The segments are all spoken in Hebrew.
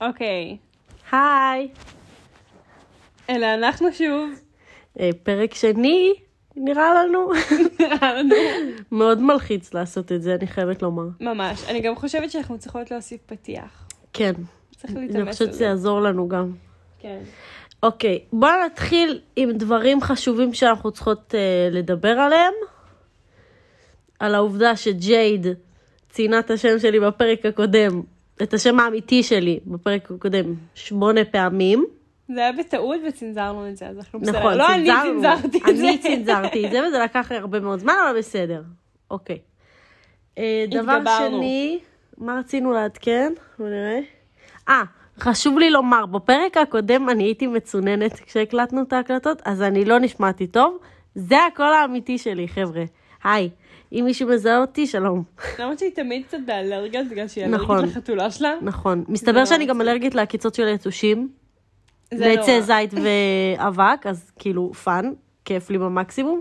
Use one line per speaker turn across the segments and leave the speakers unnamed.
אוקיי,
היי,
אלא אנחנו שוב,
אה, פרק שני, נראה לנו
נראה לנו
מאוד מלחיץ לעשות את זה, אני חייבת לומר.
ממש. אני גם חושבת שאנחנו צריכות להוסיף פתיח.
כן,
צריך להתאמץ על
אני חושבת שזה יעזור לנו גם.
כן.
אוקיי, בואו נתחיל עם דברים חשובים שאנחנו צריכות אה, לדבר עליהם. על העובדה שג'ייד ציינה את השם שלי בפרק הקודם, את השם האמיתי שלי בפרק הקודם, שמונה פעמים.
זה היה בטעות וצנזרנו את זה, אז אנחנו בסדר.
נכון,
לא אני
צנזרנו.
צנזרתי את זה.
אני צנזרתי את זה, וזה לקח לי הרבה מאוד זמן, אבל בסדר. אוקיי. אה, דבר
התגברנו.
שני, מה רצינו לעדכן? בוא נראה. אה, חשוב לי לומר, בפרק הקודם אני הייתי מצוננת כשהקלטנו את ההקלטות, אז אני לא נשמעתי טוב. זה הקול האמיתי שלי, חבר'ה. היי, אם מישהו מזהה אותי, שלום.
למרות שהיא תמיד קצת באלרגיה, זה בגלל שהיא אלרגית
נכון.
לחתולה שלה.
נכון.
זה לא
מסתבר שאני גם
מצחיק.
אלרגית לעקיצות של יתושים.
זה
ועצי
נורא.
זית ואבק, אז כאילו פאן, כיף לי במקסימום.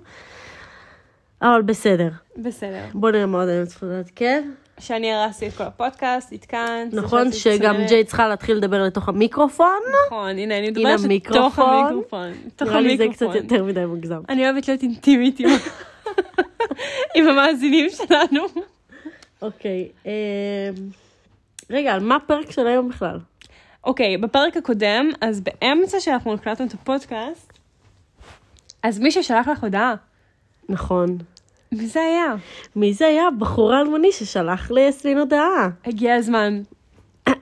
אבל בסדר,
בסדר.
בוא נראה מה עוד אני צריכה לעדכן.
שאני הרסתי את כל הפודקאסט, עדכנת.
נכון
עכשיו שהיא
שגם
צוננת.
ג'יי צריכה להתחיל לדבר לתוך המיקרופון?
נכון, הנה, אני
הנה
מדברת לתוך
המיקרופון.
המיקרופון. תוך
נראה לי זה קצת
המיקרופון.
יותר מדי מוגזם.
אני אוהבת להיות אינטימית עם עם המאזינים שלנו.
אוקיי, אמ, רגע, על מה הפרק של היום בכלל?
אוקיי, בפרק הקודם, אז באמצע שאנחנו הקלטנו את הפודקאסט, אז מישהו שלח לך הודעה.
נכון.
מי זה היה?
מי זה היה? בחור אלמוני ששלח ליסלין הודעה.
הגיע הזמן.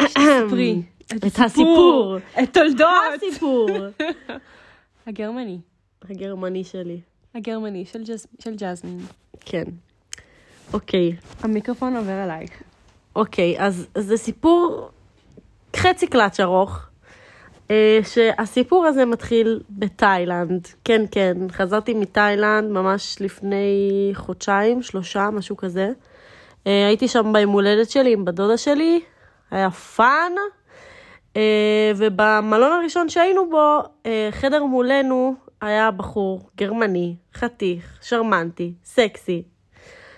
ספרי.
אמ, את הסיפור.
את תולדות.
הסיפור.
הגרמני.
הגרמני שלי.
הגרמני של ג'ז- של ג'זמין.
כן. אוקיי,
המיקרופון עובר אלייך.
אוקיי, אז אז זה סיפור חצי קלאץ' ארוך, אה, שהסיפור הזה מתחיל בתאילנד. כן, כן, חזרתי מתאילנד ממש לפני חודשיים, שלושה, משהו כזה. אה, הייתי שם ביום הולדת שלי עם בת דודה שלי, היה פאן, אה, ובמלון הראשון שהיינו בו, אה, חדר מולנו היה בחור גרמני, חתיך, שרמנטי, סקסי,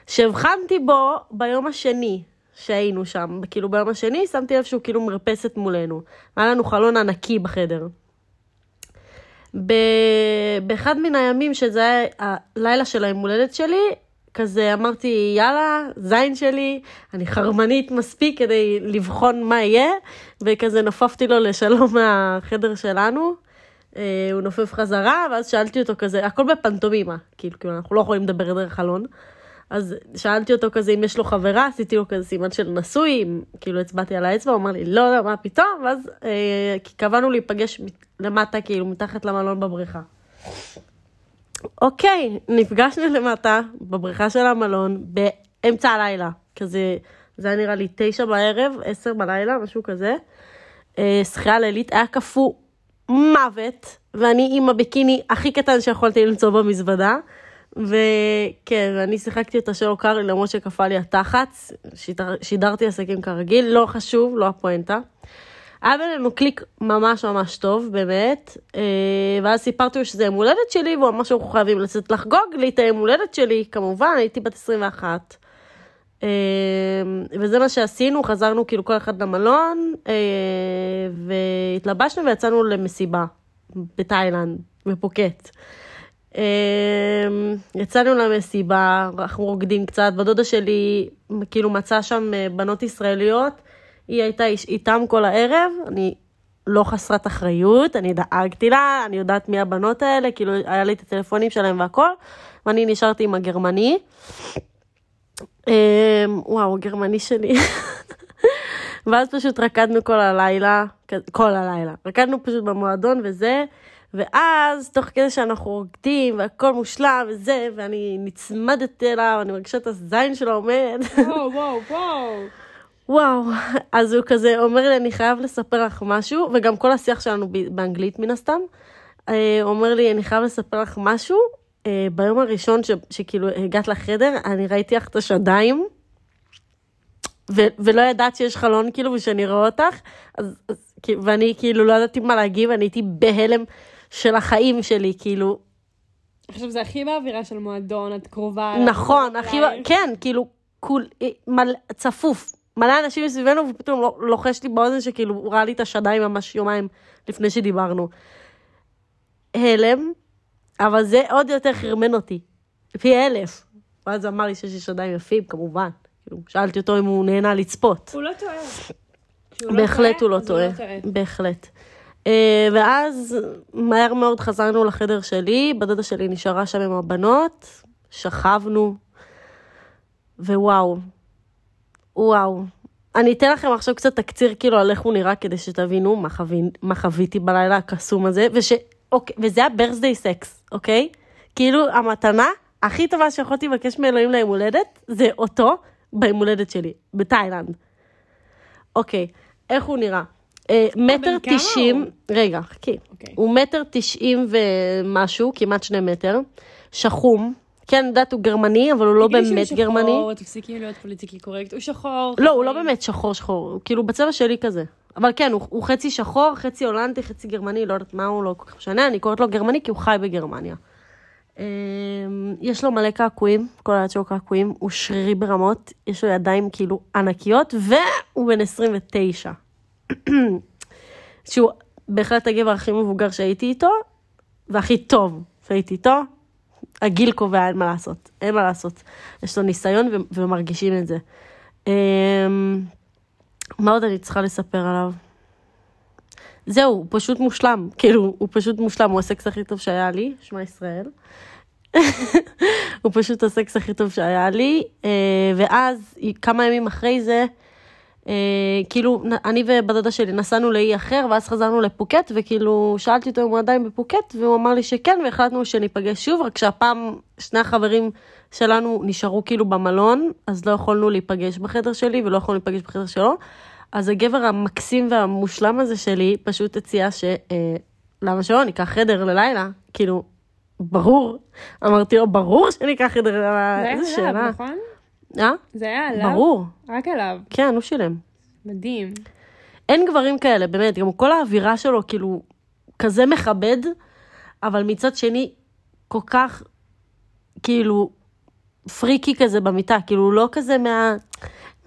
שהבחנתי בו ביום השני שהיינו שם, כאילו ביום השני שמתי לב שהוא כאילו מרפסת מולנו. היה לנו חלון ענקי בחדר. ב... באחד מן הימים שזה היה הלילה של היום הולדת שלי, כזה אמרתי יאללה, זין שלי, אני חרמנית מספיק כדי לבחון מה יהיה, וכזה נופפתי לו לשלום מהחדר שלנו. אה, הוא נופף חזרה, ואז שאלתי אותו כזה, הכל בפנטומימה, כאילו, כאילו אנחנו לא יכולים לדבר דרך חלון. אז שאלתי אותו כזה אם יש לו חברה, עשיתי לו כזה סימן של נשוי, אם- כאילו הצבעתי על האצבע, הוא אמר לי לא, לא, מה פתאום, ואז אה, כי קבענו להיפגש מת- למטה, כאילו מתחת למלון בבריכה. אוקיי, נפגשנו למטה בבריכה של המלון באמצע הלילה, כזה, זה היה נראה לי תשע בערב, עשר בלילה, משהו כזה. אה, שחייה לילית היה קפוא מוות, ואני עם הביקיני הכי קטן שיכולתי למצוא במזוודה. וכן, ואני שיחקתי אותה שלא קר לי, למרות שקפא לי התחץ, שידר, שידרתי עסקים כרגיל, לא חשוב, לא הפואנטה. היה בינינו קליק ממש ממש טוב, באמת, אה, ואז סיפרתי לו שזה יום הולדת שלי, והוא אמר שאנחנו חייבים לצאת לחגוג לי את היום הולדת שלי, כמובן, הייתי בת 21. אה, וזה מה שעשינו, חזרנו כאילו כל אחד למלון, אה, והתלבשנו ויצאנו למסיבה בתאילנד, בפוקט. אה, יצאנו למסיבה, אנחנו רוקדים קצת, בדודה שלי כאילו מצאה שם אה, בנות ישראליות, היא הייתה איש- איתם כל הערב, אני לא חסרת אחריות, אני דאגתי לה, אני יודעת מי הבנות האלה, כאילו היה לי את הטלפונים שלהם והכל, ואני נשארתי עם הגרמני. אה, וואו, הגרמני שלי. ואז פשוט רקדנו כל הלילה, כ- כל הלילה, רקדנו פשוט במועדון וזה, ואז תוך כדי שאנחנו רוקדים והכל מושלם וזה, ואני נצמדת אליו, אני מרגישה את הזין שלו עומד,
וואו, וואו, וואו.
וואו, אז הוא כזה אומר לי, אני חייב לספר לך משהו, וגם כל השיח שלנו ב- באנגלית מן הסתם, אה, הוא אומר לי, אני חייב לספר לך משהו, אה, ביום הראשון ש, שכאילו הגעת לחדר, אני ראיתי לך את השדיים, ו- ולא ידעת שיש חלון כאילו ושאני רואה אותך, אז, אז, כאילו, ואני כאילו לא ידעתי מה להגיב, אני הייתי בהלם של החיים שלי, כאילו,
עכשיו זה הכי באווירה של מועדון, את קרובה. אליו,
נכון,
קרובה
הכי,
אלייך.
כן, כאילו, כול, אה, מל, צפוף, מלא אנשים מסביבנו, ופתאום לו- לוחש לי באוזן שכאילו הוא ראה לי את השדיים ממש יומיים לפני שדיברנו. הלם, אבל זה עוד יותר חרמן אותי, פי אלף. ואז הוא אמר לי שיש לי שדיים יפים, כמובן. כאילו, שאלתי אותו אם הוא נהנה לצפות.
הוא לא טועה. כשהוא לא
בהחלט הוא לא
אז
טועה, בהחלט. אה, ואז מהר מאוד חזרנו לחדר שלי, בדודה שלי נשארה שם עם הבנות, שכבנו, ווואו, וואו. אני אתן לכם עכשיו קצת תקציר כאילו על איך הוא נראה כדי שתבינו מה, חוו... מה חוויתי בלילה הקסום הזה, וש... אוקיי, וזה הברסדי סקס, אוקיי? כאילו המתנה הכי טובה שיכולתי לבקש מאלוהים ליום הולדת, זה אותו ביום הולדת שלי, בתאילנד. אוקיי, איך הוא נראה? אה, מטר
בן כמה
תשעים, רגע, חכי.
אוקיי.
הוא מטר תשעים ומשהו, כמעט שני מטר, שחום. כן, אני יודעת, הוא גרמני, אבל הוא לא
תגידי שהוא
באמת
שחור,
גרמני.
תפסיקי להיות פוליטיקלי קורקט, הוא שחור.
לא, הוא לא באמת שחור שחור, הוא כאילו בצבע שלי כזה. אבל כן, הוא, הוא חצי שחור, חצי הולנדי, חצי גרמני, לא יודעת מה הוא, לא כל כך משנה, אני קוראת לו גרמני כי הוא חי בגרמניה. אמ, יש לו מלא קעקועים, כל היד שלו קעקועים, הוא שרירי ברמות, יש לו ידיים כאילו ענקיות, והוא בן 29. שהוא בהחלט הגבר הכי מבוגר שהייתי איתו, והכי טוב שהייתי איתו. הגיל קובע, אין מה לעשות, אין מה לעשות. יש לו ניסיון ו- ומרגישים את זה. אמ, מה עוד אני צריכה לספר עליו? זהו, הוא פשוט מושלם, כאילו, הוא פשוט מושלם, הוא הסקס הכי טוב שהיה לי, שמע ישראל. הוא פשוט הסקס הכי טוב שהיה לי, אה, ואז כמה ימים אחרי זה, אה, כאילו, נ- אני ובדודה שלי נסענו לאי אחר, ואז חזרנו לפוקט, וכאילו, שאלתי אותו אם הוא עדיין בפוקט, והוא אמר לי שכן, והחלטנו שניפגש שוב, רק שהפעם שני החברים שלנו נשארו כאילו במלון, אז לא יכולנו להיפגש בחדר שלי, ולא יכולנו להיפגש בחדר שלו. אז הגבר המקסים והמושלם הזה שלי פשוט הציע ש... אה, למה שלא ניקח חדר ללילה? כאילו, ברור. אמרתי לו, ברור שניקח חדר ללילה, אה, איזה
זה היה עליו,
שאלה.
נכון?
אה?
זה היה עליו.
ברור.
רק עליו.
כן, הוא שילם.
מדהים.
אין גברים כאלה, באמת, גם כל האווירה שלו כאילו כזה מכבד, אבל מצד שני, כל כך כאילו פריקי כזה במיטה, כאילו לא כזה מה...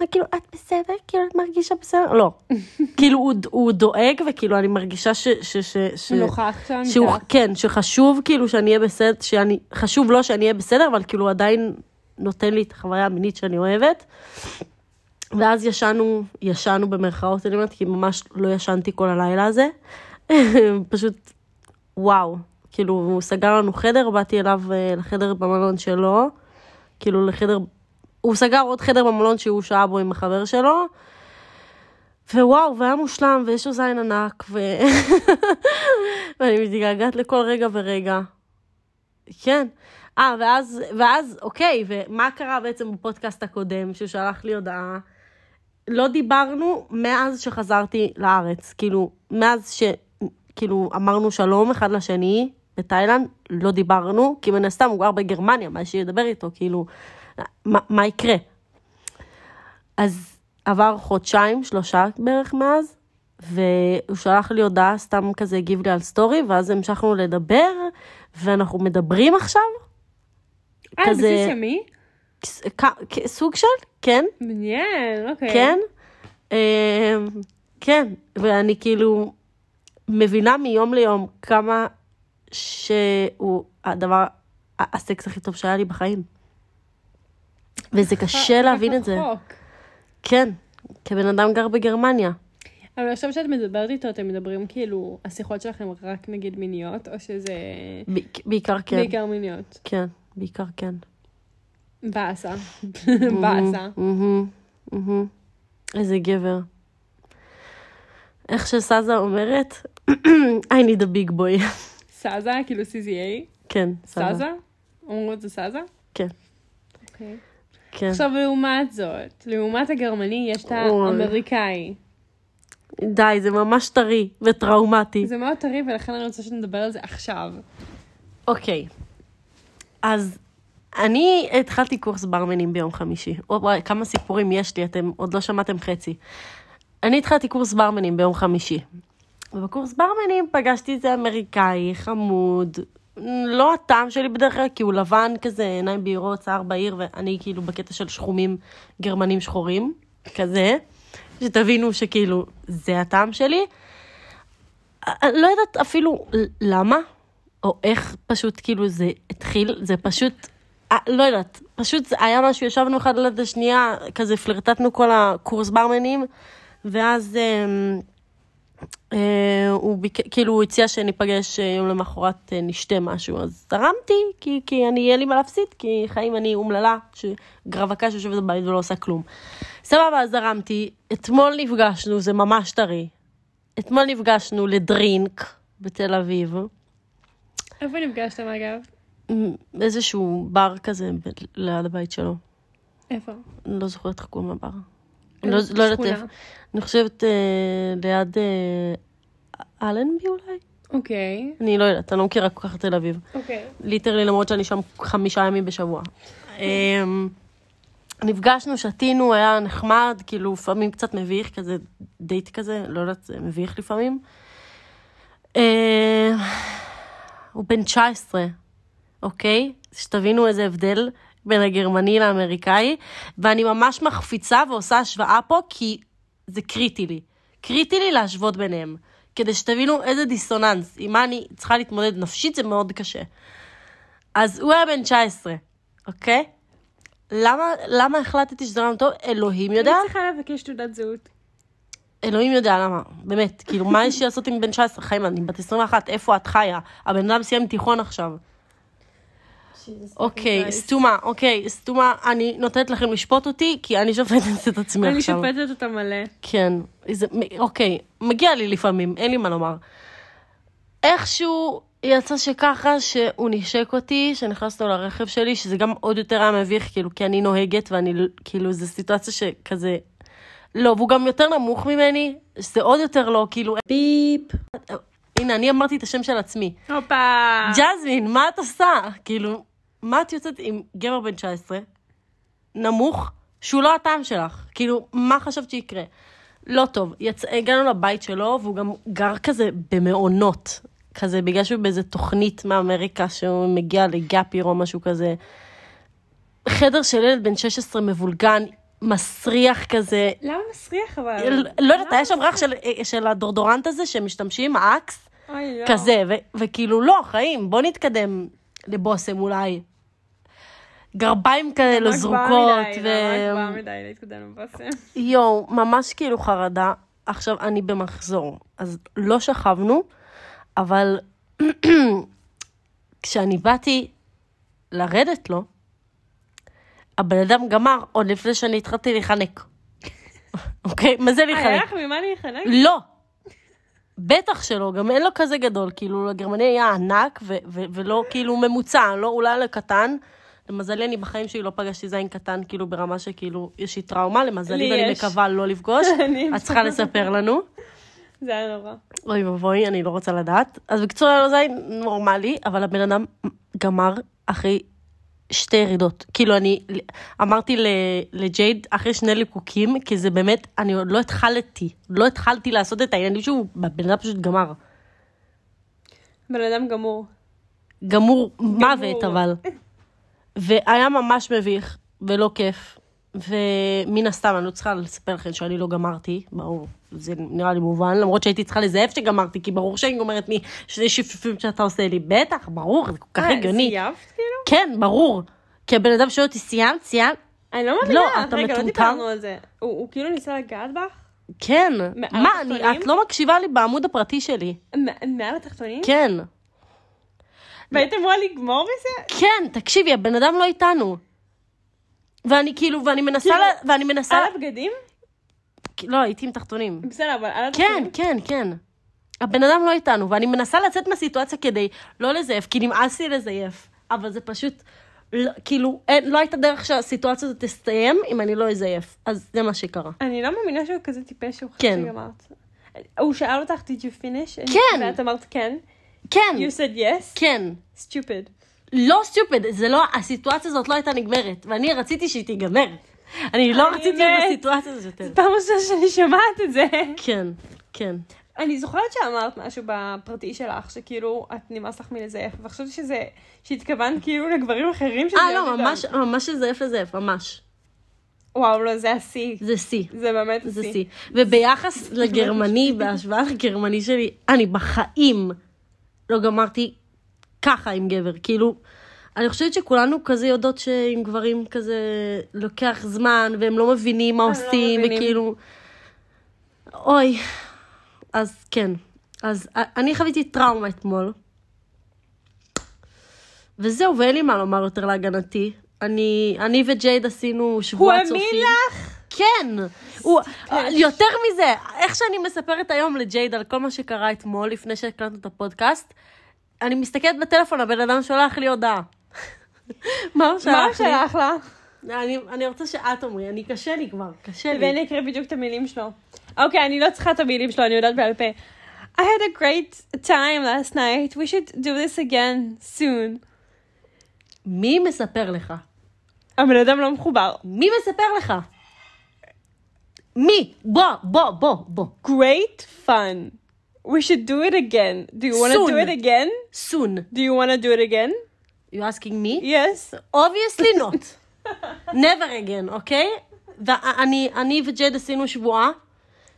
מה כאילו, את בסדר? כאילו, את מרגישה בסדר? לא. כאילו, הוא, הוא דואג, וכאילו, אני מרגישה ש... ש, ש, ש
נוכח שם.
שהוא, כן, שחשוב כאילו שאני אהיה בסדר, שאני, חשוב לו שאני אהיה בסדר, אבל כאילו הוא עדיין נותן לי את החוויה המינית שאני אוהבת. ואז ישנו, ישנו במרכאות, אני אומרת, כי ממש לא ישנתי כל הלילה הזה. פשוט, וואו. כאילו, הוא סגר לנו חדר, באתי אליו אה, לחדר במלון שלו. כאילו, לחדר... הוא סגר עוד חדר במלון שהוא שהה בו עם החבר שלו. ווואו, והיה מושלם, ויש לו זין ענק, ו... ואני מתגעגעת לכל רגע ורגע. כן. אה, ואז, ואז, אוקיי, ומה קרה בעצם בפודקאסט הקודם, שהוא שלח לי הודעה? לא דיברנו מאז שחזרתי לארץ. כאילו, מאז ש... כאילו, אמרנו שלום אחד לשני בתאילנד, לא דיברנו, כי מן הסתם הוא גר בגרמניה, מה שידבר איתו, כאילו, מה, מה יקרה? אז עבר חודשיים, שלושה בערך מאז, והוא שלח לי הודעה, סתם כזה הגיב לי על סטורי, ואז המשכנו לדבר, ואנחנו מדברים עכשיו,
אה,
כזה-
כזה... בסיס ימי?
כס- כ- כ- סוג של, כן,
מעניין, אוקיי.
כן, אה, כן, ואני כאילו מבינה מיום ליום כמה שהוא הדבר, ה- הסקס הכי טוב שהיה לי בחיים. וזה קשה
רק
להבין את זה.
אה, רחוק.
כן, כבן אדם גר בגרמניה.
אבל עכשיו שאת מדברת איתו, אתם מדברים כאילו, השיחות שלכם רק נגיד מיניות, או שזה
ב- בעיקר כן.
בעיקר מיניות?
כן, בעיקר כן.
באסה. באסה.
מהמם, מהמם. איזה גבר. איך שסאזה אומרת, I need a big boy.
סאזה, כאילו CZA?
כן, סאזה.
סאזה? אומרים את זה סאזה?
כן.
אוקיי.
כן.
עכשיו, לעומת זאת, לעומת הגרמני, יש את
אוי.
האמריקאי.
די, זה ממש טרי וטראומטי.
זה מאוד טרי, ולכן אני רוצה שנדבר על זה עכשיו.
אוקיי. אז אני התחלתי קורס ברמנים ביום חמישי. או, וואי, כמה סיפורים יש לי, אתם עוד לא שמעתם חצי. אני התחלתי קורס ברמנים ביום חמישי. ובקורס ברמנים פגשתי איזה אמריקאי, חמוד. לא הטעם שלי בדרך כלל, כי הוא לבן כזה, עיניים בהירות, שיער בהיר, ואני כאילו בקטע של שחומים גרמנים שחורים. כזה, שתבינו שכאילו זה הטעם שלי. אני לא יודעת אפילו למה, או איך פשוט כאילו זה התחיל, זה פשוט, אה, לא יודעת, פשוט זה היה משהו, ישבנו אחד על יד השנייה, כזה פלרטטנו כל הקורס ברמנים, ואז אה, אה, הוא ביק... כאילו הוא הציע שניפגש אה, יום למחרת אה, נשתה משהו, אז תרמתי, כי, כי אני, יהיה לי מה להפסיד, כי חיים אני אומללה, שגרווקה שיושבת בבית ולא עושה כלום. סבבה, אז תרמתי, אתמול נפגשנו, זה ממש טרי. אתמול נפגשנו לדרינק בתל אביב,
איפה נפגשתם אגב?
מ- איזשהו בר כזה ב- ליד הבית שלו.
איפה?
אני לא זוכרת איך קוראים לבר. אני לא, לא יודעת
שכונה.
איפה. אני חושבת אה, ליד אה, אלנבי אולי?
אוקיי.
אני לא יודעת, אני לא מכירה כל כך את תל אביב.
אוקיי.
ליטרלי, למרות שאני שם חמישה ימים בשבוע. אמ, נפגשנו, שתינו, היה נחמד, כאילו, לפעמים קצת מביך, כזה דייט כזה, לא יודעת, זה מביך לפעמים. אמ, הוא בן 19, אוקיי? שתבינו איזה הבדל בין הגרמני לאמריקאי, ואני ממש מחפיצה ועושה השוואה פה, כי זה קריטי לי. קריטי לי להשוות ביניהם, כדי שתבינו איזה דיסוננס, עם מה אני צריכה להתמודד נפשית, זה מאוד קשה. אז הוא היה בן 19, אוקיי? למה, למה החלטתי שזה רעיון טוב? אלוהים יודע.
אני צריכה לבקש תעודת זהות.
אלוהים יודע למה, באמת. כאילו, מה יש לי לעשות עם בן 19? חיים, אני בת 21, איפה את חיה? הבן אדם סיים תיכון עכשיו. אוקיי, סתומה, אוקיי, סתומה, אני נותנת לכם לשפוט אותי, כי אני שופטת את עצמי
אני
עכשיו.
שופטת אותה מלא.
כן, זה, אוקיי, מגיע לי לפעמים, אין לי מה לומר. איכשהו יצא שככה שהוא נשק אותי, שנכנסנו לרכב שלי, שזה גם עוד יותר היה מביך, כאילו, כי אני נוהגת ואני, כאילו, זו סיטואציה שכזה... לא, והוא גם יותר נמוך ממני, שזה עוד יותר לא, כאילו... ביפ. הנה, אני אמרתי את השם של עצמי.
הופה.
ג'זמין, מה את עושה? כאילו, מה את יוצאת עם גבר בן 19, נמוך, שהוא לא הטעם שלך? כאילו, מה חשבת שיקרה? לא טוב, יצ... הגענו לבית שלו, והוא גם גר כזה במעונות, כזה, בגלל שהוא באיזה תוכנית מאמריקה, שהוא מגיע לגאפיר או משהו כזה. חדר של ילד בן 16 מבולגן, מסריח כזה,
למה מסריח אבל?
לא לא יודעת, היה שם ריח של, אה, של הדורדורנט הזה שמשתמשים, האקס.
אוי, לא.
כזה, ו- וכאילו לא, חיים, בוא נתקדם לבושם אולי. גרביים כאלה
רק גבוהה
זרוקות,
מדי, לא, רק
ו...
גבוהה מדי להתקדם לבושם.
יואו, ממש כאילו חרדה. עכשיו, אני במחזור, אז לא שכבנו, אבל כשאני באתי לרדת לו, הבן אדם גמר עוד לפני שאני התחלתי להיחנק. אוקיי? מה זה להיחנק?
אה, היה לך ממה להיחנק?
לא. בטח שלא, גם אין לו כזה גדול, כאילו, הגרמני היה ענק ו- ו- ולא כאילו ממוצע, לא, אולי היה לו קטן. למזלי, אני בחיים שלי לא פגשתי זין קטן, כאילו, ברמה שכאילו, יש לי טראומה, למזלי,
לי
ואני
יש.
מקווה לא לפגוש.
אני-
את צריכה לספר לנו.
זה היה נורא.
אוי ואבוי, אני לא רוצה לדעת. אז בקיצור, לא, היה לו זין נורמלי, אבל הבן אדם גמר אחרי שתי ירידות. כאילו, אני אמרתי ל- לג'ייד אחרי שני ליקוקים, כי זה באמת, אני עוד לא התחלתי, לא התחלתי לעשות את העניינים שהוא, הבן אדם פשוט גמר.
בן אדם גמור.
גמור מוות, אבל. והיה ממש מביך, ולא כיף. ומן הסתם, אני לא צריכה לספר לכם שאני לא גמרתי, ברור, זה נראה לי מובן, למרות שהייתי צריכה לזייף שגמרתי, כי ברור שאני גומרת משני שפשופים שאתה עושה לי, בטח, ברור, זה כל כך
אה,
הגיוני.
זייפת כאילו?
כן, ברור. כי הבן אדם שואל אותי, סיימת? סיימת?
אני לא מאמינה.
לא, אתה
רגע, לא
מטומטם?
דיברנו על זה. הוא הוא כאילו ניסה לגעת בך?
כן.
מעל
מה, אני,
התחתונים?
את לא מקשיבה לי בעמוד הפרטי שלי.
מ- מעל התחתונים?
כן.
והיית אמורה לגמור מזה?
כן, תקשיבי, הבן אדם לא איתנו. ואני כאילו, ואני מנסה,
כאילו,
לה- ואני מנסה...
על הבגדים?
לא, הייתי עם תחתונים.
בסדר, אבל על
כן,
התחתונים?
כן, כן. הבן אדם לא איתנו, ואני מנסה לצאת מהסיטואציה כדי לא לזייף, כי נמאס לי לזייף, אבל זה פשוט, לא, כאילו, אין, לא הייתה דרך שהסיטואציה הזאת תסתיים אם אני לא אזייף. אז זה מה שקרה.
אני לא מאמינה שהוא כזה טיפש שהוא חשב
כן.
שגמרת. הוא שאל אותך, did you finish?
כן.
ואת אמרת כן.
כן,
You said yes?
כן.
stupid.
לא סטופד, זה לא, הסיטואציה הזאת לא הייתה נגמרת, ואני רציתי שהיא תיגמר. אני לא
אני
רציתי
מת.
בסיטואציה הזאת יותר.
זו פעם ראשונה שאני שומעת את זה.
כן, כן.
אני זוכרת שאמרת משהו בפרטי שלך, שכאילו, את נמאס לך מלזייף, וחשבתי שזה, שהתכוונת כאילו לגברים אחרים שזה...
אה, לא,
יעודד.
ממש, ממש לזייף לזייף, ממש.
וואו, לא, זה השיא.
זה שיא.
זה באמת
זה
השיא.
שיא. וביחס לגרמני, בהשוואה לגרמני שלי, אני בחיים לא גמרתי ככה עם גבר. כאילו, אני חושבת שכולנו כזה יודעות שעם גברים כזה לוקח זמן, והם לא מבינים מה
הם לא
עושים,
מבינים.
וכאילו... אוי. אז כן. אז א- אני חוויתי טראומה אתמול. וזהו, ואין לי מה לומר יותר להגנתי. אני, אני וג'ייד עשינו
הוא
שבוע צופים.
האמין לך?
כן, הוא, אה, יותר מזה, איך שאני מספרת היום לג'ייד על כל מה שקרה אתמול, לפני שהקלטנו את הפודקאסט, אני מסתכלת בטלפון, הבן אדם שולח לי הודעה. מה
מה
הוא
הוא
שלח לי?
שלח לך?
אני, אני רוצה שאת אומרי, אני קשה לי כבר, קשה כן, לי.
ואני אקריא בדיוק את המילים שלו. אוקיי, אני לא צריכה את המילים שלו, אני יודעת בעל פה. I had a great time last night, we should do this again soon.
מי מספר לך?
הבן אדם לא מחובר.
מי מספר לך? מי? בוא, בוא, בוא, בוא.
Great fun. We should do it again. Do you want to do
Soon.
it again?
soon.
Do you want to do it again?
You asking me?
Yes.
obviously not. never again, אוקיי? ואני אני וג'ד עשינו שבועה,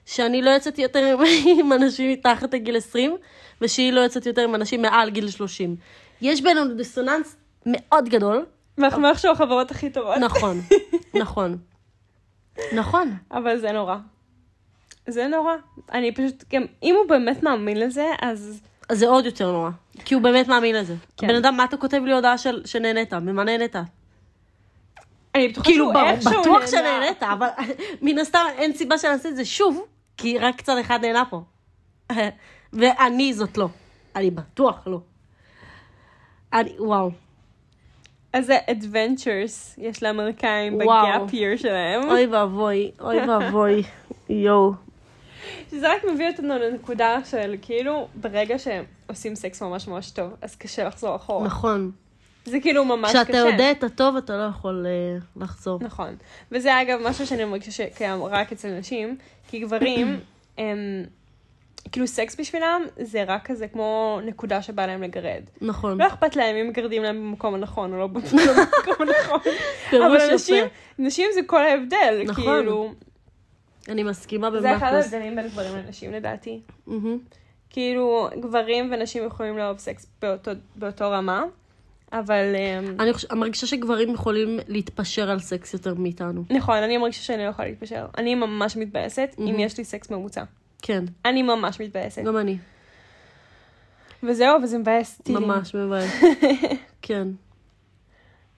שאני לא יצאתי יותר עם- עם אנשים מתחת לגיל 20, ושהיא לא יצאת יותר עם אנשים מעל גיל 30. יש בינינו דיסוננס מאוד גדול,
ואנחנו איכשהו החברות הכי טובות.
נכון, נכון. נכון.
אבל זה נורא. זה נורא. אני פשוט גם, אם הוא באמת מאמין לזה, אז...
אז זה עוד יותר נורא, כי הוא באמת מאמין לזה.
כן.
הבן אדם, מה אתה כותב לי הודעה של, שנהנית? ממה נהנית?
אני בטוחה
כאילו,
שהוא
ברור,
איכשהו נהנה.
בטוח שנהנית, אבל מן הסתם אין סיבה שנעשה את זה שוב, כי רק צד אחד נהנה פה. ואני זאת לא. אני בטוח לא. אני, וואו.
איזה adventures יש לאמריקאים
וואו.
בגאפ year שלהם.
אוי ואבוי, אוי ואבוי. יואו.
שזה רק מביא אותנו לנקודה של כאילו, ברגע שעושים סקס ממש ממש טוב, אז קשה לחזור אחורה.
נכון.
זה כאילו ממש קשה.
כשאתה יודע את הטוב, אתה לא יכול אה, לחזור.
נכון. וזה אגב משהו שאני מרגישה שקיים רק אצל נשים, כי גברים, הם, כאילו סקס בשבילם זה רק כזה כמו נקודה שבא להם לגרד.
נכון.
לא אכפת להם אם מגרדים להם במקום הנכון או לא במקום הנכון.
פירוש
אבל
יפה.
נשים, נשים זה כל ההבדל,
נכון.
כאילו.
אני מסכימה
זה אחד
במאה אחוז.
ההבדלים בין גברים לנשים לדעתי.
מהמם.
כאילו, גברים ונשים יכולים לאהוב סקס באותו, באותו רמה, אבל... אמ,
אני חוש- מרגישה שגברים יכולים להתפשר על סקס יותר מאיתנו.
נכון, אני מרגישה שאני לא יכולה להתפשר. אני ממש מתבאסת אם יש לי סקס ממוצע.
כן,
אני ממש מתבאסת.
גם אני.
וזהו, וזה מבאס אותי.
ממש מבאס. כן.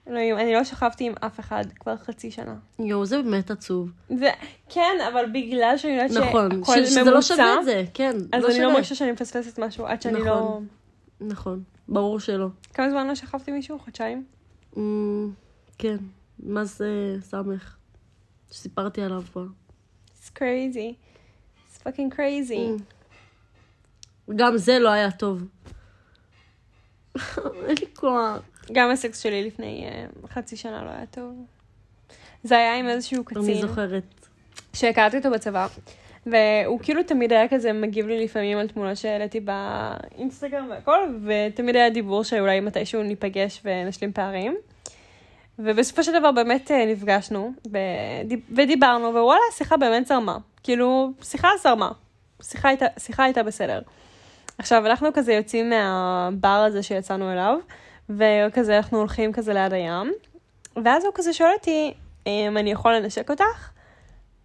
אלוהים, אני לא שכבתי עם אף אחד כבר חצי שנה.
יואו, זה באמת עצוב.
זה, כן, אבל בגלל שאני יודעת
נכון,
שהכל
ש- שזה לא שווה את זה, כן.
אז
לא
אני לא
שווה.
מרגישה שאני מפספסת משהו עד שאני לא...
נכון. נכון, ברור שלא.
כמה זמן לא שכבתי עם מישהו? חודשיים?
Mm, כן, מה זה סמך? שסיפרתי עליו כבר.
It's crazy. It's fucking crazy.
Mm. גם זה לא היה טוב. אין לי כוח.
גם הסקס שלי לפני אה, חצי שנה לא היה טוב. זה היה עם איזשהו
אני
קצין,
זוכרת.
שהכרתי אותו בצבא, והוא כאילו תמיד היה כזה מגיב לי לפעמים על תמונות שהעליתי באינסטגרם והכל, ותמיד היה דיבור שאולי מתישהו ניפגש ונשלים פערים. ובסופו של דבר באמת אה, נפגשנו, ודיב- ודיברנו, ווואלה, השיחה באמת זרמה. כאילו, שיחה זרמה. שיחה הייתה, שיחה הייתה בסדר. עכשיו, אנחנו כזה יוצאים מהבר הזה שיצאנו אליו, וכזה אנחנו הולכים כזה ליד הים, ואז הוא כזה שואל אותי, "אה, אם אני יכול לנשק אותך?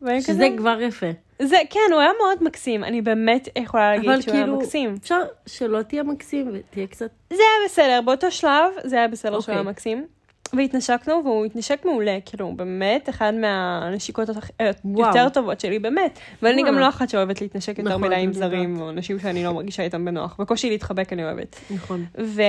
ואני
שזה
כזה...
כבר יפה.
זה, כן, הוא היה מאוד מקסים, אני באמת יכולה
אבל
להגיד שהוא היה
כאילו,
מקסים.
אפשר שלא תהיה מקסים ותהיה קצת...
זה היה בסדר, באותו שלב זה היה בסדר שהוא היה
אוקיי.
מקסים. והתנשקנו, והוא התנשק מעולה, כאילו, הוא באמת אחד מהנשיקות התח-
וואו.
היותר טובות שלי, באמת. ואני גם
וואלה.
לא אחת שאוהבת להתנשק יותר
נכון,
מדי
אני
עם
יודעת.
זרים, או אנשים שאני לא מרגישה איתם בנוח. בקושי להתחבק אני אוהבת.
נכון.
ו...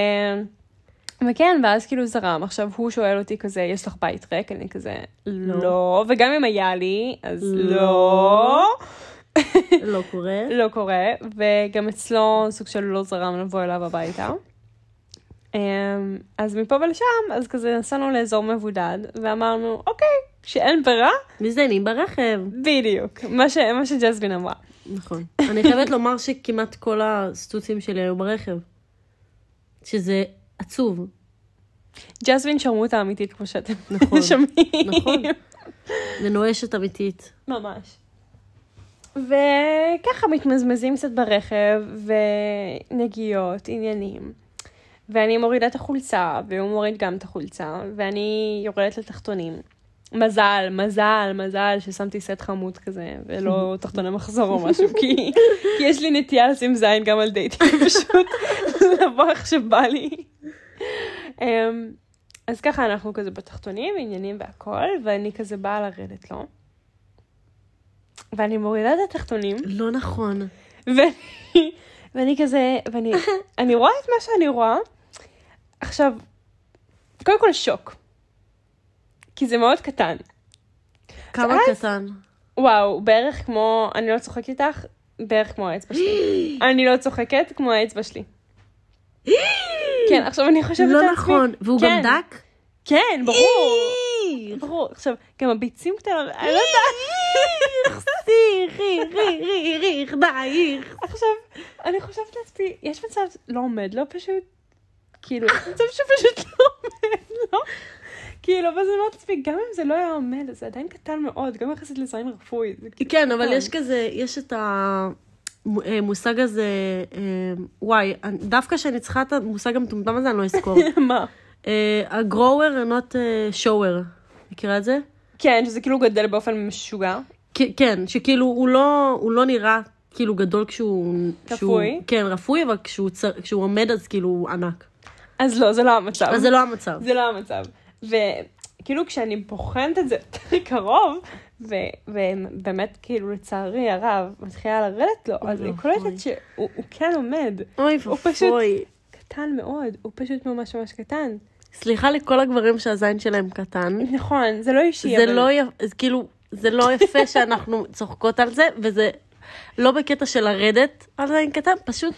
וכן, ואז כאילו זרם. עכשיו, הוא שואל אותי כזה, יש לך בית ריק? אני כזה,
לא.
לא. וגם אם היה לי, אז
לא.
לא.
לא קורה.
לא קורה, וגם אצלו סוג של לא זרם לבוא אליו הביתה. אמ, אז מפה ולשם, אז כזה נסענו לאזור מבודד, ואמרנו, אוקיי, כשאין ברירה,
מזדיינים ברכב.
בדיוק, מה, ש... מה שג'סבין אמרה.
נכון. אני חייבת לומר שכמעט כל הסטוצים שלי היו ברכב. שזה עצוב.
ג'סבין שרמוטה אמיתית, כמו שאתם
נכון,
שומעים.
נכון. מנואשת אמיתית.
ממש. וככה מתמזמזים קצת ברכב, ונגיעות, עניינים. ואני מורידה את החולצה, והוא מוריד גם את החולצה, ואני יורדת לתחתונים. מזל, מזל, מזל ששמתי סט חמוד כזה, ולא תחתוני מחזור או משהו, כי, כי יש לי נטייה לשים זין גם על דייטים, פשוט לבוא איך שבא לי. אמ, אז ככה אנחנו כזה בתחתונים, עניינים והכל, ואני כזה באה לרדת לו. ואני מורידה את התחתונים,
לא נכון.
ואני, ואני כזה, ואני אני רואה את מה שאני רואה. עכשיו, קודם כל שוק. כי זה מאוד קטן.
כמה
אז-
קטן.
וואו, בערך כמו, אני לא צוחקת איתך, בערך כמו האצבע שלי. אני לא צוחקת כמו האצבע שלי. כן, עכשיו אני חושבת
לא
לעצמי-
נכון. והוא
כן.
גם דק?
כן, ברור. ברור. עכשיו, גם הביצים קטנות, אני לא יודעת.
רי, רי, רי, רי, די,
עכשיו, אני חושבת לעצמי, יש מצב לא עומד לו פשוט? כאילו, יש מצב שפשוט לא עומד לו? כאילו, ואז אני אומרת לעצמי, גם אם זה לא היה עומד, זה עדיין קטן מאוד, גם יחסית לזין רפוי. זה כאילו
כן, אבל
קטן.
יש כזה, יש את המושג הזה, אה, וואי, אני- דווקא כשאני צריכה את המושג המטומטם הזה, אני לא אזכור.
מה?
אה, ה-grower and not אה, shower, מכירה את זה?
כן, שזה כאילו גדל באופן משוגע.
כ- כן, שכאילו הוא לא, הוא לא נראה כאילו גדול כשהוא...
רפוי.
כשהוא- כן, רפוי, אבל כשהוא, צר, כשהוא עומד אז כאילו הוא ענק.
אז לא, זה לא המצב.
אז זה לא המצב.
זה לא המצב. וכאילו כשאני בוחנת את זה יותר קרוב, ו- ובאמת כאילו לצערי הרב מתחילה לרדת לו, אז אני
ואבוי.
קולטת שהוא הוא כן עומד.
אוי
הוא פשוט-
ואבוי.
קטן מאוד, הוא פשוט ממש ממש קטן.
סליחה לכל הגברים שהזין שלהם קטן.
נכון, זה לא אישי.
זה
אבל-
לא, יפ- אז כאילו, זה לא יפה שאנחנו צוחקות על זה, וזה לא בקטע של לרדת על זין קטן, פשוט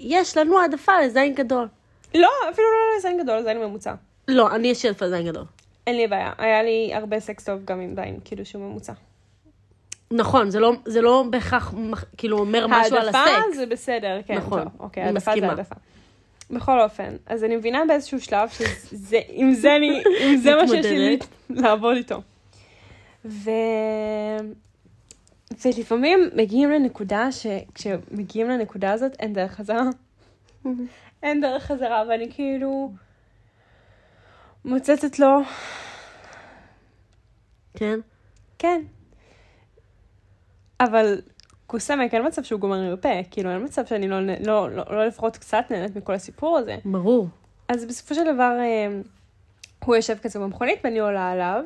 יש לנו העדפה לזין גדול.
לא, אפילו לא לזין גדול, זין ממוצע.
לא, אני יש לי העדפה לזין גדול.
אין לי בעיה, היה לי הרבה סקס טוב גם עם זין, כאילו שהוא ממוצע.
נכון, זה לא, זה לא בהכרח מח- כאילו אומר משהו על הסק.
העדפה זה בסדר, כן.
נכון,
טוב, אוקיי,
אני
העדפה זה
מסכימה.
העדפה. בכל אופן, אז אני מבינה באיזשהו שלב שזה, עם זה אני, עם זה מה שיש לי
מתמודדת.
לעבוד איתו. ו... ולפעמים מגיעים לנקודה שכשמגיעים לנקודה הזאת אין דרך חזרה. אין דרך חזרה, ואני כאילו מוצצת לו,
כן?
כן. אבל קוסמק, אין מצב שהוא גומר לי בפה, כאילו אין מצב שאני לא, נ- לא, לא, לא לפחות קצת נהנית מכל הסיפור הזה.
ברור.
אז בסופו של דבר, אה, הוא יושב כזה במכונית ואני עולה עליו,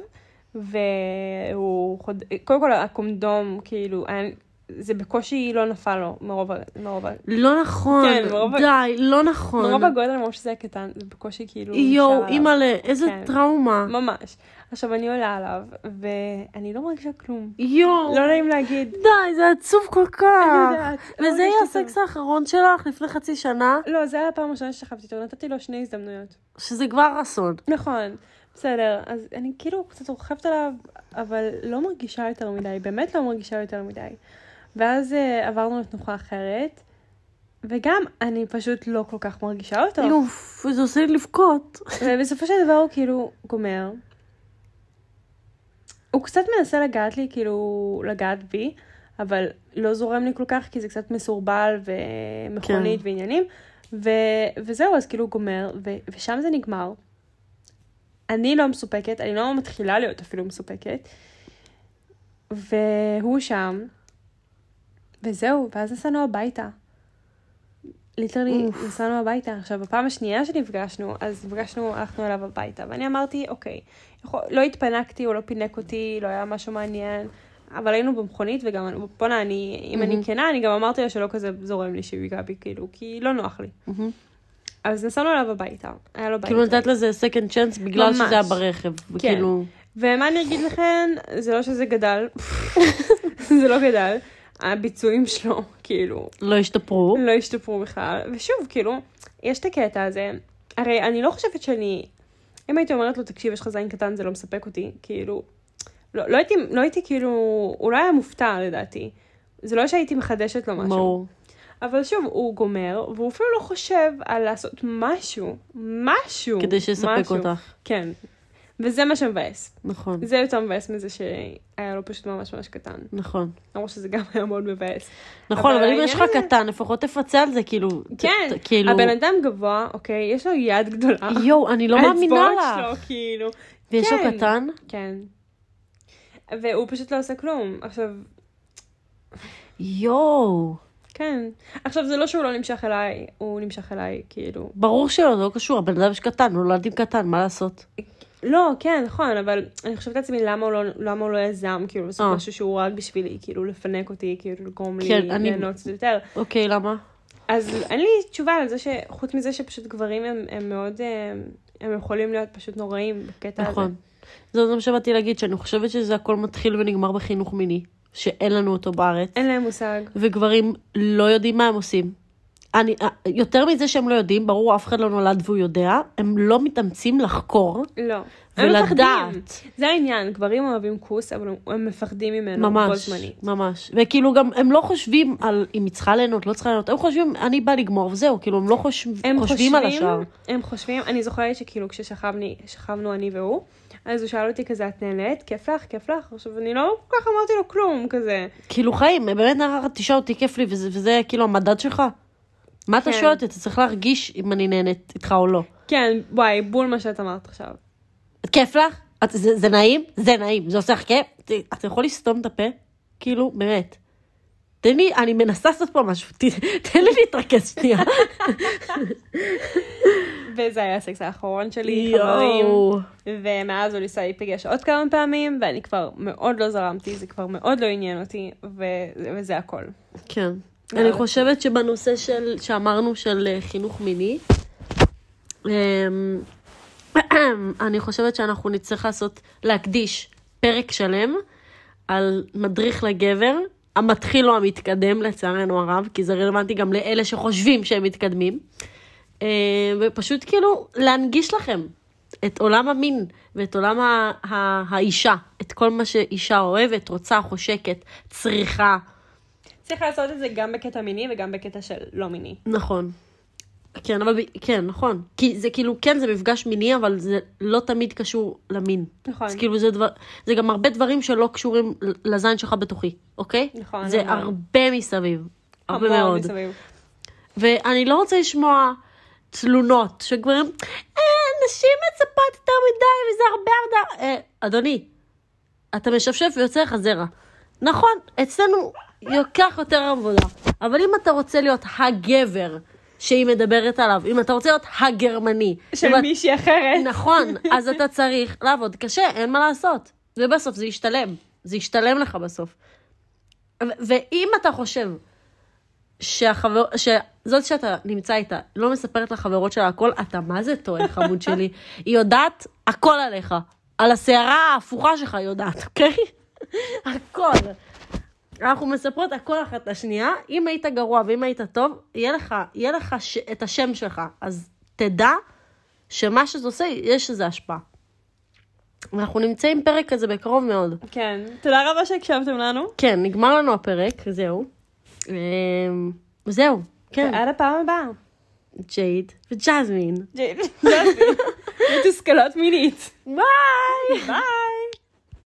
והוא חוד... קודם כל הקונדום, כאילו, היה- זה בקושי לא נפל לו מרוב, ה- מרוב, ה-
לא נכון,
כן, מרוב ה-
די, לא נכון.
מרוב הגודל, למרות שזה היה קטן, זה בקושי כאילו... נשאר
יואו,
עליו.
אימא'לה, איזה
כן.
טראומה.
ממש. עכשיו אני עולה עליו, ואני לא מרגישה כלום.
יואו,
לא נעים להגיד.
די, זה עצוב כל
אני
כך.
יודעת, לא
אה, וזה יהיה
הרגשתי טוב.
הסקס האחרון שלך לפני חצי שנה,
לא, זה היה הפעם הראשונה ששכבתי איתו, נתתי לו שני הזדמנויות.
שזה כבר אסון.
נכון, בסדר. אז אני כאילו קצת רוכבת עליו, אבל לא מרגישה יותר מדי, באמת לא מרגישה יותר מדי. ואז אה, עברנו לתנוחה אחרת, וגם אני פשוט לא כל כך מרגישה אותו.
יוף, כאילו, זה עושה לי לבכות.
ובסופו אה, של דבר הוא כאילו גומר. הוא קצת מנסה לגעת לי, כאילו, לגעת בי, אבל לא זורם לי כל כך, כי זה קצת מסורבל ומכונית
כן.
ועניינים. ו... וזהו, אז כאילו הוא גומר, ו... ושם זה נגמר. אני לא מסופקת, אני לא מתחילה להיות אפילו מסופקת. והוא שם, וזהו, ואז נסענו הביתה. ליטרלי
אוף.
נסענו הביתה. עכשיו, בפעם השנייה שנפגשנו, אז נפגשנו, הלכנו אליו הביתה, ואני אמרתי, אוקיי, יכול... לא התפנקתי, הוא לא פינק אותי, לא היה משהו מעניין, אבל היינו במכונית, וגם, בואנה, אני, אם
Mhm.
אני כנה, אני גם אמרתי לו שלא כזה זורם לי שהוא ייגע בי, כאילו, כי לא נוח לי. אז נסענו אליו הביתה, היה לו בית.
כאילו נתת לזה second chance בגלל
ממש. כן.
שזה היה ברכב. וכאילו,
ומה אני אגיד לכן, זה לא שזה גדל, זה לא גדל, הביצועים שלו, כאילו,
לא השתפרו.
לא השתפרו בכלל, ושוב, כאילו, יש את הקטע הזה, הרי אני לא חושבת שאני, אם הייתי אומרת לו, תקשיב, יש לך זין קטן, זה לא מספק אותי, כאילו, לא, לא, הייתי, לא הייתי כאילו, הוא לא היה מופתע לדעתי, זה לא שהייתי מחדשת לו משהו.
ברור.
אבל שוב, הוא גומר, והוא אפילו לא חושב על לעשות משהו, משהו.
כדי שיספק
משהו.
אותך.
כן. וזה מה שמבאס.
נכון,
זה יותר מבאס מזה שהיה לו פשוט ממש ממש קטן.
נכון.
למרות שזה גם היה מאוד מבאס.
נכון, אבל אם
העניין
יש לך
הזה-
קטן, לפחות תפצה על זה, כאילו... ת-
כן,
ת- כאילו...
הבן אדם גבוה, אוקיי, יש לו יד גדולה.
יואו, אני לא מאמינה
האצבעות
לך.
שלו, כאילו.
ויש לו
כן.
קטן?
כן. והוא פשוט לא עושה כלום. עכשיו,
יואו.
כן. עכשיו, זה לא שהוא לא נמשך אליי, הוא נמשך אליי, כאילו.
ברור שלא, זה לא קשור, הבן אדם יש קטן, נולד עם קטן, מה לעשות?
לא, כן, נכון, אבל אני חושבת לעצמי למה הוא לא, למה הוא לא יזם, כאילו, לעשות
אה.
משהו שהוא רק בשבילי, כאילו, לפנק אותי, כאילו, לגרום לי
כן, אני-
ליהנות קצת יותר.
אוקיי, למה?
אז אין לי תשובה על זה שחוץ מזה שפשוט גברים הם, הם מאוד, אה, הם יכולים להיות פשוט נוראים בקטע הזה.
נכון. זה זה מה שבאתי להגיד, שאני חושבת שזה הכל מתחיל ונגמר בחינוך מיני, שאין לנו אותו בארץ,
אין להם מושג.
וגברים לא יודעים מה הם עושים. אני, אה, יותר מזה שהם לא יודעים, ברור, אף אחד לא נולד והוא יודע, הם לא מתאמצים לחקור
לא. הם מפחדים.
ולדעת.
זה העניין, גברים אוהבים כוס, אבל הם- הם מפחדים ממנו בו
ממש,
אוקיי, זמנית.
ממש. וכאילו גם, הם לא חושבים על אם היא צריכה ליהנות, לא צריכה ליהנות, הם חושבים, אני באה לגמור, וזהו, כאילו, הם לא חוש...
הם
חושבים על השאר.
הם חושבים, אני זוכרת שכאילו כששכבני, שכבנו אני והוא, אז הוא שאל אותי כזה, את נהנית? כיף לך? כיף לך? עכשיו, אני לא כל כך אמרתי לו כלום, כזה.
כאילו חיים, באמת נערה אחת תשאל אותי כיף לי, וזה, וזה כאילו המדד שלך? מה אתה
כן.
שואל אותי? אתה צריך להרגיש אם אני נהנית איתך או לא.
כן, וואי, בול מה שאת אמרת עכשיו.
כיף לך? את, זה, זה נעים? זה נעים. זה עושה לך כיף? ת- אתה יכול לסתום את הפה? כאילו, באמת. תן לי, אני מנסה לעשות פה משהו, ת, תן לי להתרכז שנייה.
וזה היה הסקס האחרון שלי, חברים.
יואו.
ומאז הוא ניסה להיפגש עוד כמה פעמים, ואני כבר מאוד לא זרמתי, זה כבר מאוד לא עניין אותי, ו- וזה הכל.
כן.
יאללה.
אני חושבת שבנושא של, שאמרנו של אה, חינוך מיני, אמ, אני חושבת שאנחנו נצטרך לעשות, להקדיש פרק שלם על מדריך לגבר, המתחיל או המתקדם לצערנו הרב, כי זה רלוונטי גם לאלה שחושבים שהם מתקדמים, אה, ופשוט כאילו להנגיש לכם את עולם המין ואת עולם ה- ה- האישה, את כל מה שאישה אוהבת, רוצה, חושקת, צריכה.
צריך לעשות את זה גם בקטע מיני וגם בקטע של לא מיני.
נכון. כן, אבל ב- כן, נכון. כי זה כאילו, כן, זה מפגש מיני, אבל זה לא תמיד קשור למין.
נכון.
אז כאילו, זה, דבר, זה גם הרבה דברים שלא קשורים ל- לזין שלך בתוכי, אוקיי?
נכון,
זה
נכון.
הרבה מסביב. הרבה
המון
מאוד.
מסביב.
ואני לא רוצה לשמוע תלונות שגברים, אה, נשים מצפות יותר מדי וזה הרבה הרבה... אה, אדוני, אתה משפשף ויוצא לך זרע. נכון, אצלנו יוקח יותר עבודה, אבל אם אתה רוצה להיות הגבר שהיא מדברת עליו, אם אתה רוצה להיות הגרמני,
של
אם אתה-
מישהי אחרת.
נכון, אז אתה צריך לעבוד קשה, אין מה לעשות. ובסוף זה ישתלם, זה ישתלם לך בסוף. ו- ואם אתה חושב שהחבר, שזאת שאתה נמצא איתה לא מספרת לחברות שלה הכל, אתה מה זה טועה, חמוד שלי. היא יודעת הכל עליך, על הסערה ההפוכה שלך היא יודעת, אוקיי? הכל. אנחנו מספרות הכל אחת לשנייה, אם היית גרוע ואם היית טוב, יהיה לך, יהיה לך ש... את השם שלך, אז תדע שמה שזה עושה, יש לזה השפעה. ואנחנו נמצאים פרק כזה בקרוב מאוד.
כן. תודה רבה שהקשבתם לנו.
כן, נגמר לנו הפרק, זהו. אמ, זהו, כן.
ועד הפעם הבאה.
ג'ייד וג'זמין.
ג'ייד. מתוסכלות מינית.
ביי!
ביי.